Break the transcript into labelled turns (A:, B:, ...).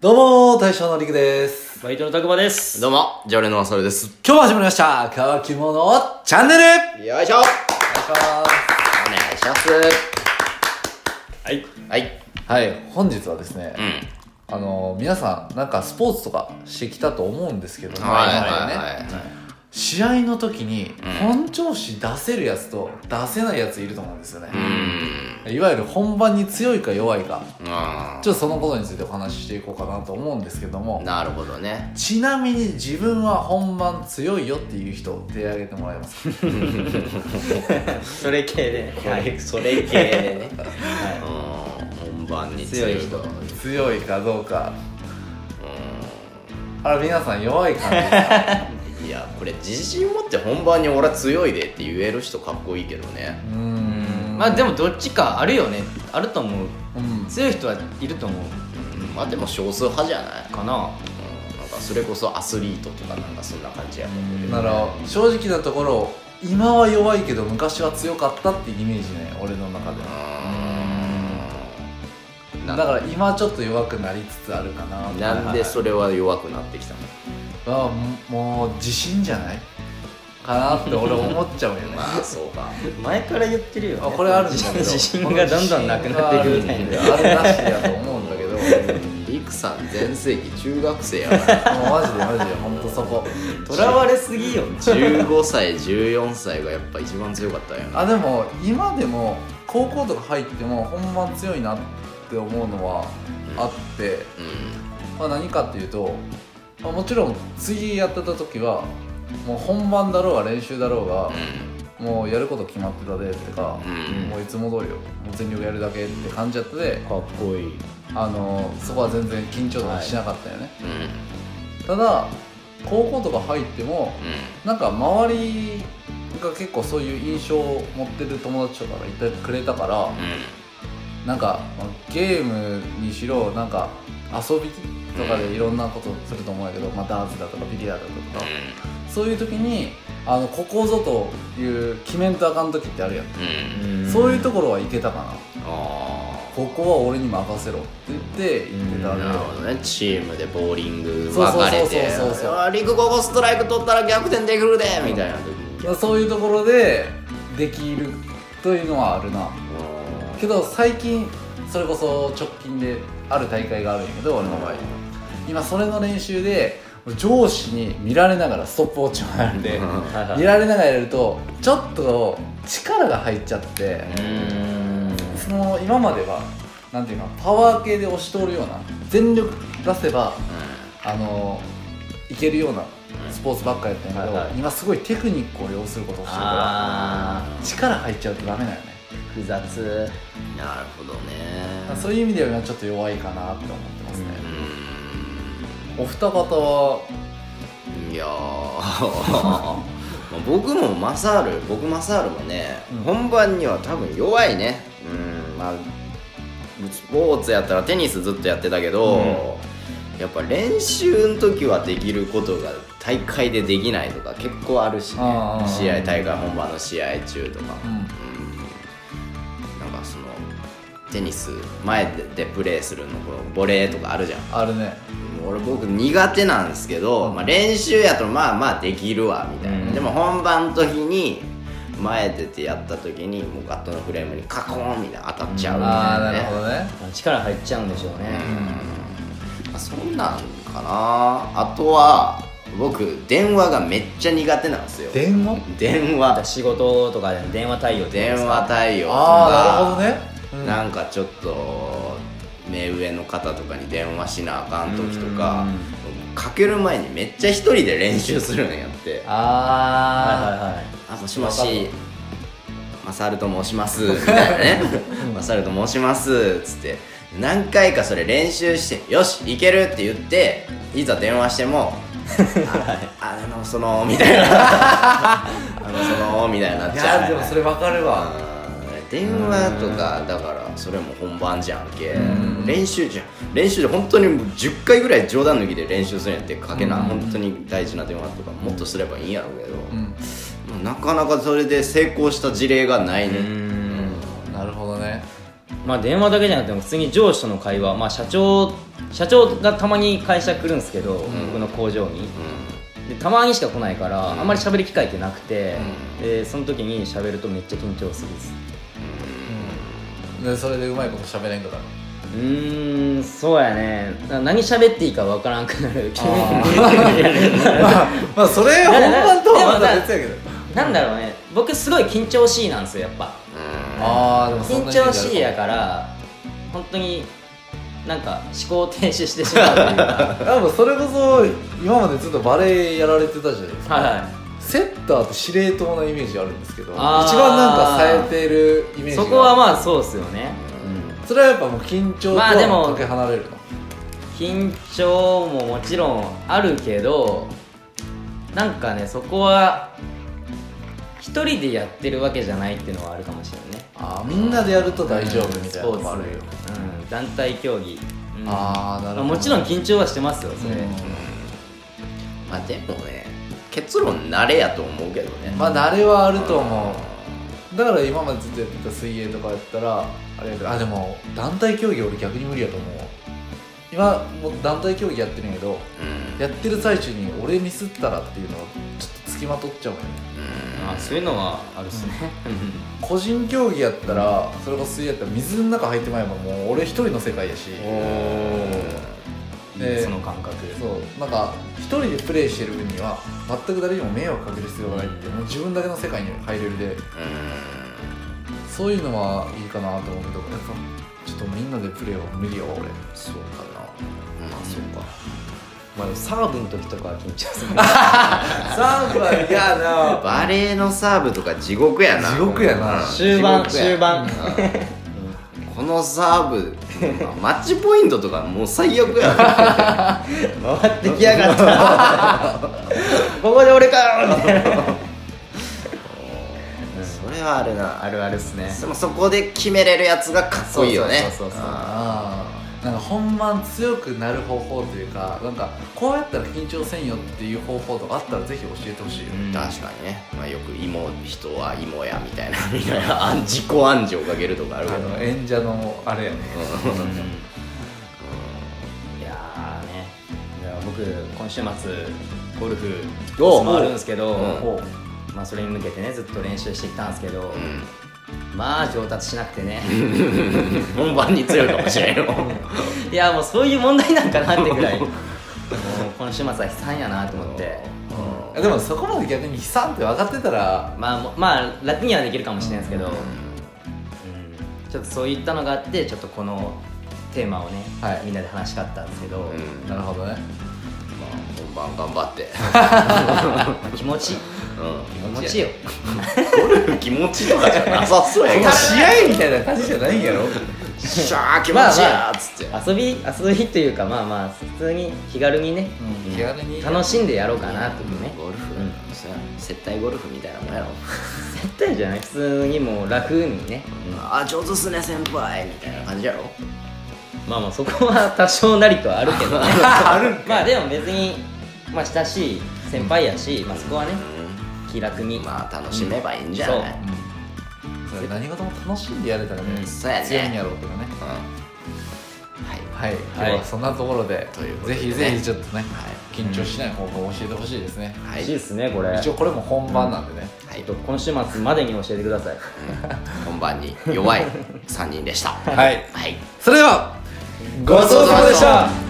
A: どうも、大将のりくです。
B: バイトのたくまです。
C: どうも、常連のマサルです。
A: 今日も始まりました、乾き物チャンネルお願いし
C: よいしょお願
A: ます。
C: いします。
B: はい。
C: はい。
A: はい、本日はですね
C: う、ん。
A: あの、皆さん、なんかスポーツとかしてきたと思うんですけど、
C: はい
A: 今ま
C: は
A: で
C: い
A: ね
C: はい。
A: 試合の時に、本調子出せるやつと出せないやついると思うんですよね。
C: うん。
A: いわゆる本番に強いか弱いか、
C: あ
A: ちょっとそのことについてお話ししていこうかなと思うんですけども
C: ー、なるほどね。
A: ちなみに自分は本番強いよっていう人を手挙げてもらえますか
D: それ系で、はい、それ系で ね、
C: うん。
D: は
C: 本番に
D: 強い人
C: うん。
A: 強いかどうかあら皆さん弱い感じですか
C: いや、これ自信持って本番に俺は強いでって言える人かっこいいけどね
A: う。ーん
D: い、まあでもどっちかあるよねあると思う
A: うん
D: 強い人はいると思う
C: うんまあでも少数派じゃない
D: かな
C: うんなんかそれこそアスリートとかなんかそんな感じやと思うけど
A: なら正直なところ今は弱いけど昔は強かったってイメージね俺の中では
C: うん
A: だ
C: な
A: から今ちょっと弱くなりつつあるかな
C: なんでそれは弱くなってきたの
A: あもう自信じゃないかなって俺思っちゃうよね
C: まあそうか
D: 前から言ってるよ、ね、
A: あこれあるんだけど
D: 自信がどんどんなくなっていくみたいな
A: あれなしやと思うんだけどもう
C: リクさん全盛期中学生やから
A: マジでマジで本当そこと
D: らわれすぎよ
C: 15歳14歳がやっぱ一番強かったんやな
A: あでも今でも高校とか入っても本番強いなって思うのはあって、
C: う
A: まあ、何かっていうと、まあ、もちろん次やってた時はもう本番だろうが練習だろうが
C: ん、
A: もうやること決まってたでってか、
C: うん
A: もういつも通りよもう全力やるだけって感じやったで
D: かっこいい
A: あのそこは全然緊張とかしなかったよね、
C: うんうん
A: ただ高校とか入ってもなんか周りが結構そういう印象を持ってる友達とかがいてくれたから、なんかまあゲームにしろなんか遊びとかでいろんなことすると思うんやけど、まあ、ダーツだとかビリヤードだとかそういう時にあのここぞという決めんとあかん時ってあるやん、
C: うんうん
A: そういうところはいけたかな
C: あ
A: ここは俺に任せろって言って言ってた
C: あ
A: んで
C: なるほどねチームでボーリング
A: そう
C: 分
A: そうそうそう
C: かれて
A: そうそうそう
C: あーリクここストライク取ったら逆転できるでみたいな時
A: まあそういうところでできるというのはあるなけど最近それこそ直近である大会があるんやけど俺の場合今それの練習で上司に見られながらストップウォッチをやられて 見られながらやるとちょっと力が入っちゃってその今まではなんていうかパワー系で押し通るような全力出せばあのいけるようなスポーツばっかやったんやけど、
D: はいはい
A: 今すごいテクニックを要することをしてるか
D: あ
A: ら力入っちゃうとダメだよね
D: ー複雑
C: なるほど
A: まあ
C: ね
A: そういう意味ではちょっと弱いかなって思ってますね、
C: う
A: お二方は
C: んいやー まあ僕もマサール僕マサールもね、
A: うん
C: 本番には多分弱いねうんまあスポーツやったらテニスずっとやってたけど、やっぱ練習の時はできることが大会でできないとか結構あるしね
A: あー
C: 試合大会本番の試合中とか、
A: うん
C: うんなんかそのテニス前でプレーするのこうボレーとかあるじゃん
A: あれね
C: 俺僕苦手なんですけど、まあ、練習やとまあまあできるわみたいな、でも本番の時に前出てやった時にもうガットのフレームにカコーンみたいな当たっちゃうみ
A: ああ
C: た
A: ないる
C: な
A: ほ
C: ね
A: どね
D: まあ力入っちゃうんでしょうね、
C: まあそんなんかなあとは僕電話がめっちゃ苦手なんですよ
A: 電話
C: 電
D: また
C: 話
D: 仕事とかで電話対応って
C: 電話対応と
A: ああ
C: か
A: なるほどね、うん
C: なんかちょっと目上の方とかに電話しなあかん時とかかける前にめっちゃ一人で練習するんやって「
A: あ
D: はいはいはい
C: あもしもしマサルと申します」みたいなね 「マサルと申します」っつって何回かそれ練習して「よしいける!」って言っていざ電話し ても「ああのその」みたいな「あのその」みたいになっ
A: い
C: ち
A: や
C: ゃ
A: ーで
C: う
A: も。それわかるわ
C: あー電話とかだからそれも本番じゃんけ練習じゃん練習で本当にもう10回ぐらい冗談抜きで練習するんやってかけな
A: うん
C: 本当に大事な電話とかもっとすればいいんやろうけど
A: うん
C: まあなかなかそれで成功した事例がないね
A: なるほどね
D: まあ電話だけじゃなくても普通に上司との会話まあ社長
B: 社長がたまに会社来るんですけど、僕の工場にでたまにしか来ないから、
C: うん
B: あんまり喋る機会ってなくて、
C: うん
B: でその時に喋るとめっちゃ緊張するです
A: でそれでうまいこと喋れんかったの
B: うーんそうやねな何喋っていいかわからんくなる
A: まあ、まあ、それ本番とはまた別やけど
B: なんだろうね僕すごい緊張しいなんですよやっぱ
A: ああでもそん
B: 緊
A: な
B: 張しいや
A: ら
B: から本当になんか思考停止してしまうというか は
A: でもそれこそ今までずっとバレエやられてたじゃないです
B: い
A: か、
B: は
A: セッターって司令塔なイメージあるんですけど一
B: あー
A: 番なんか冴えてるイメー
B: い
A: ジ
B: そこは
A: あ
B: まあそうっすよね、うん
A: るそれはやっぱもう緊張と
B: まあでも
A: はかけ離れるの、
B: 緊張ももちろんあるけどなんかねそこは一人でやってるわけじゃないっていうのはあるかもしれないね
A: あーみんなでやると大丈夫みたいな
B: う
A: の
B: ん
A: もあるよ、
B: スポーツうん、団体競技、うん
A: ああなるほど
B: もちろん緊張はしてますよそれ、
C: まあでもね結論慣れやと思うけどね
A: うんまあ慣れはあると思うだから今までずっとやってた水泳とかやったらあれやけどあでも団体競技俺逆に無理やと思う今もう団体競技やってるんやけど
C: うん
A: やってる最中に俺ミスったらっていうのはちょっとつきまとっちゃうもんね
B: あそういうのはあるっすね、
A: 個人競技やったらそれこそ水泳やったら水の中入ってまえばもう俺一人の世界やし
C: うん
A: うんね
B: その感覚
A: そうなんか一人でプレーしてる分には全く誰にも迷惑かける必要がないってもう自分だけの世界に入れるでそういうのはいいかなと思うけどやっぱちょっとみんなでプレーは無理よ俺
C: そうかなまあそうか
B: まあ、サーブの時とかは緊張する
A: サーブは嫌な
C: バレーのサーブとか地獄やな
A: 地獄やな
C: うん
B: 終盤
C: 地獄や
B: 終盤
C: このサーブマッチポイントとかもう最悪や
B: 回ってきやがった ここで俺かみたいな
C: それはあるな
B: あるあるっすね
C: でもそこで決めれるやつがかっこいいよね
B: そうそうそうそう
C: あ
A: あーなんか本番強くなる方法というかなんかこうやったら緊張せんよっていう方法とかあったらぜひ教えてほしいよ、
B: うん
C: ー確かにね、まあ、よく芋人は芋やみたいな みたいなあん自己暗示をかけるとかあるけ
A: あ
C: ど
A: の演者のあれやね
B: いやーねいや僕今週末ゴルフ
C: おう
B: 回るんですけど、
C: お
B: まあ、それに向けてねずっと練習してきたんですけど、
C: う
B: まあ上達しなくて ね
C: ん 本番に強いかもしれんよ
B: いやもうそういう問題なんかなってぐらいもう今週末は悲惨やなと思って
A: うんでもそこまで逆に悲惨って分かってたら
B: まあもまあ楽にはできるかもしれないですけど、うんちょっとそういったのがあってちょっとこのテーマをね、
A: はい
B: みんなで話し合ったんですけど、
C: うん
A: なるほどね
C: まあ本番頑張って、
B: まあ気持ち
C: う
B: 気
C: ん、
B: 持ちよ
C: ゴルフ気持ちとかじゃなさそうや
A: こ
C: け
A: の
C: ど
A: 試合みたいな感じじゃないんやろ
C: シャー気持ちいいやーっつって、
B: 遊び遊びというかまあまあ普通に気軽にね
A: 気軽に
B: 楽しんでやろうかなっていうね
C: ゴルフ、そうや接待ゴルフみたいなもんやろ、
B: 絶対じゃない普通にもう楽にね
C: ああ上手っすね先輩みたいな感じやろ
B: まあまあそこは多少なりとはあるけどね
A: あるん
B: ま あでも別にまあ親しい先輩やし、まあ、そこはね気楽に、
C: まあ楽しめばいいんじゃない、
B: う
A: それ何事も楽しんでやれたらね、
B: うん
C: そうやね
A: 強いんやろうけどね
C: うんはい
A: はい今日はそんなところで,、
C: ということ
A: ぜ
C: でね
A: ひぜひちょっとね、
C: はい
A: 緊張しない方法を教えてほしいですね、
C: は
B: 欲
C: い
B: しいですねこれ
A: 一応これも本番なんでね、
C: は
B: ちょ
C: い
B: っと今週末までに教えてください
C: 本番に弱い3人でしたは
A: はい
C: い
A: それでは
B: ごちそうさまでした